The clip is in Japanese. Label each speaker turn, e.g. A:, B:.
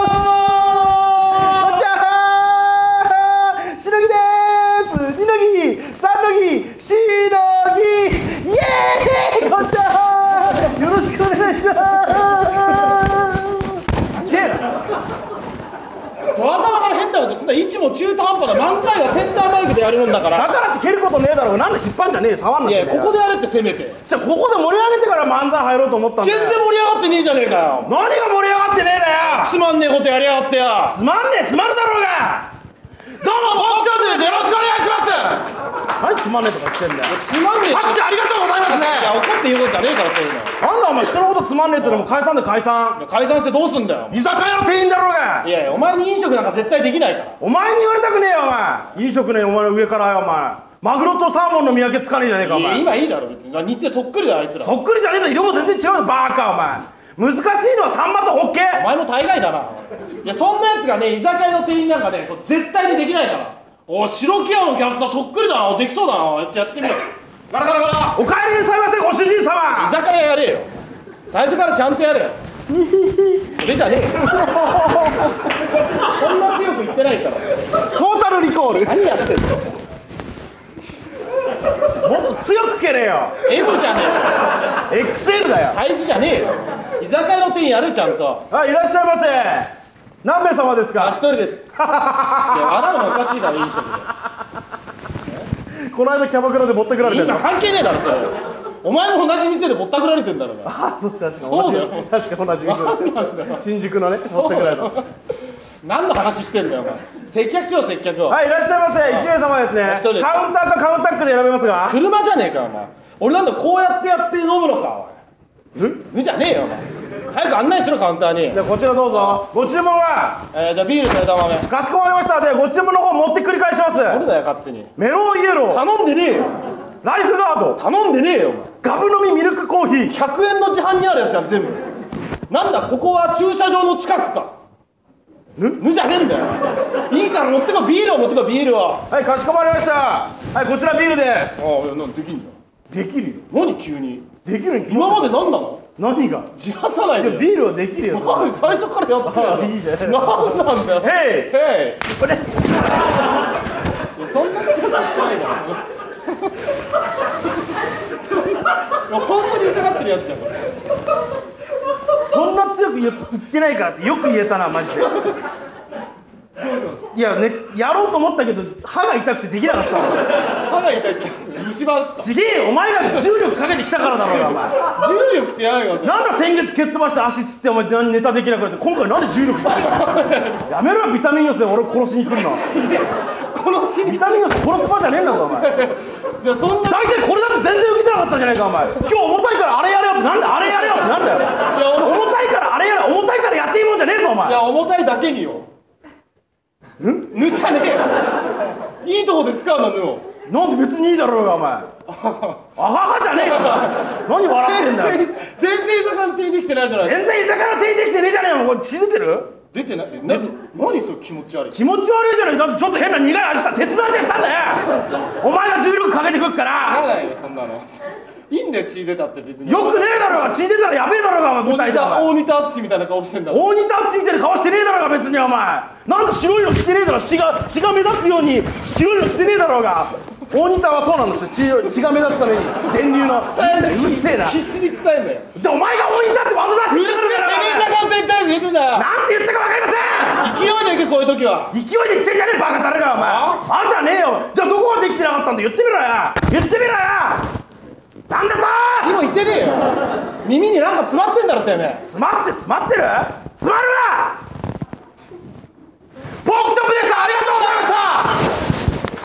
A: こんにちはしのぎです二のぎ三のぎしのぎイエーイこんにちはよろしくお願いしますゲ
B: わざわざ変なことすんな位置も中途半端だ漫才はセンターマイクでやるもんだ
A: だ
B: から
A: からって蹴ることねえだろなんで引っ張んじゃねえよ触んない
B: やここ
A: で
B: でやれってせめて
A: じゃあここで盛り上げてから漫才入ろうと思ったんだ
B: 全
A: よ
B: 然盛り上がってねえじゃねえかよ
A: 何が盛り上がってねえだよ
B: つまんねえことやりやがってや
A: つまんねえつまるだろうがどうもポンキョンですよろしくお願いします何つまんねえとか言ってんだよ
B: つまんねえ
A: あっちゃんありがとうございますね
B: いや怒って言うことじゃねえからそういうの
A: なんだお前人のことつまんねえってのも解散で解散
B: 解散してどうすんだよ
A: 居酒屋の店員だろうが
B: いやいやお前に飲食なんか絶対できないから
A: お前に言われたくねえよお前飲食ねお前の上からよお前マグロとサーモンの見分けつかねえじゃねえかお
B: いや
A: 前
B: 今いいだろ別に日程そっくりだよあいつらお
A: そっくりじゃねえんだ色も全然違うよバーカお前難しいのはサンマとホッケ
B: 前も大概だないやそんなやつがね居酒屋の店員なんかねこう絶対にできないからお白木屋のキャラクターそっくりだなできそうだなやってやってみろガラガラガラ
A: お帰りにさいませご主人
B: 居
A: 様
B: 酒屋やれよ最初からちゃんとやれよそれじゃねえよこんな強く言ってないから
A: トータルリコール
B: 何やってんの
A: もっと強く蹴れよ
B: M じゃねえよ
A: XL だよ
B: サイズじゃねえよ居酒屋の店員やれちゃんと
A: あいらっしゃいませ何名様です
B: あ
A: か
B: 一人ですいや笑うのおかしいだろ飲食
A: この間キャバクラで持ってくられ
B: で
A: て
B: いい
A: る
B: の関係ねえだろそれお前も同じ店でぼったくられてんだろうが
A: あそう確かに
B: そうだよ
A: 同じ確かに同じ
B: なんなんだよ
A: 新宿のね持ってくられた
B: 何の話してんだよお前接客しろ接客を、
A: はい、いらっしゃいませ。一名様です
B: お一人で
A: ね。
B: す
A: カウンターかカウンタックで選べますが。
B: 車じゃねえかよお前俺なんだこうやってやって飲むのか
A: え
B: おい無じゃねえよお前早く案内しろカウンターに
A: じゃあこちらどうぞ。ご注文は
B: えー、じゃあビールと枝豆
A: かしこまりました。で、ご注文の方持って繰り返しま
B: 俺
A: す。
B: だよ勝手に
A: メロンイエロー、
B: 頼んでねえよ
A: ライフガード、
B: 頼んでねえよお前
A: ガブ飲みミルクコーヒー。
B: 100円の自販にあるやつじゃん全部なんだここは駐車場の近くか
A: ぬ
B: ぬじゃねえんだよいいから持ってこいビールを持ってこいビールを
A: はい、かしこまりました。はい、こちらビールで
B: ああなんできんじゃ
A: す。
B: ん
A: できるよ。
B: 何急に
A: できるに決ま
B: 今まで何なの
A: 何が
B: じらさない
A: いや
B: でよ
A: ビールはできるよ。
B: なんで最初からやってる
A: あいいね
B: 何なんだよ
A: ヘイ
B: ヘ
A: これ、
B: イいやそんな近くないだろいや本当に疑ってるやつじゃんこれ
A: そんな強く言言ってないからってよく言えたな、マジで。いやね、やろうと思ったけど歯が痛くてできなかったの
B: 歯が痛いってやつ虫歯っすか
A: すげえよお前らに重力かけてきたからだろうがお前
B: 重力ってやめてくださ
A: なんだ先月蹴っ飛ばして足つってお前何ネタできなくなって今回なんで重力かけてきたのやめろよビタミン寄せ俺殺しに来るな
B: いこの死に
A: ビタミン寄せ殺す場じゃねえんだぞお前大
B: じゃあそんない
A: 体これだって全然受けてなかったじゃないかお前今日重たいからあれやれよってなんだあれやれよってなんだ
B: や
A: よ
B: 俺
A: 重たいからあれやれ重たいからやっていいもんじゃねえぞお前
B: や重たいだけによ
A: ん
B: ぬじゃねえよいいとこで使うなぬを
A: なんで別にいいだろうがお前あははじゃねえよお前何笑ってんだ
B: 全
A: よ
B: 然全然居酒屋の店員できてないじゃない
A: 全然居酒屋の手にできてねえじゃねえよこれ血出てる
B: 出てないえな何それ気持ち悪い
A: 気持ち悪いじゃないだってちょっと変な苦い味した鉄の味がしたんだよお前が重力かけてくっから
B: ならないよそんなのいいんだよ血出たって別に
A: よくねえだろうが血出たらやべえだろうがお前
B: 大
A: 舞台で
B: 仁
A: お
B: 田
A: 前
B: 大仁田淳みたいな顔してんだろ
A: 大仁田淳みたいな顔してねえだろうが別にお前なんか白いの着てねえだろ血が血が目立つように白いの着てねえだろうが大仁田はそうなんですよ血血が目立つために電流のうるせえな
B: 必
A: じ
B: 死に伝えんだよ
A: ゃあお前が大仁田って技出し
B: うる
A: てくる
B: せえ
A: だろ
B: てめえ
A: うがなんて言ったか分かりません
B: 酒の店員だよ出てんだよ勢いでいけこういう時は
A: 勢いで言ってんじゃねえバカ誰がお前
B: あ
A: あじゃねえよじゃあどこができてなかったんだ言ってみろよ言ってみろよなんだと
B: 今言ってねえよ耳になんか詰まってんだろてめえ
A: 詰まって詰まってる詰まるな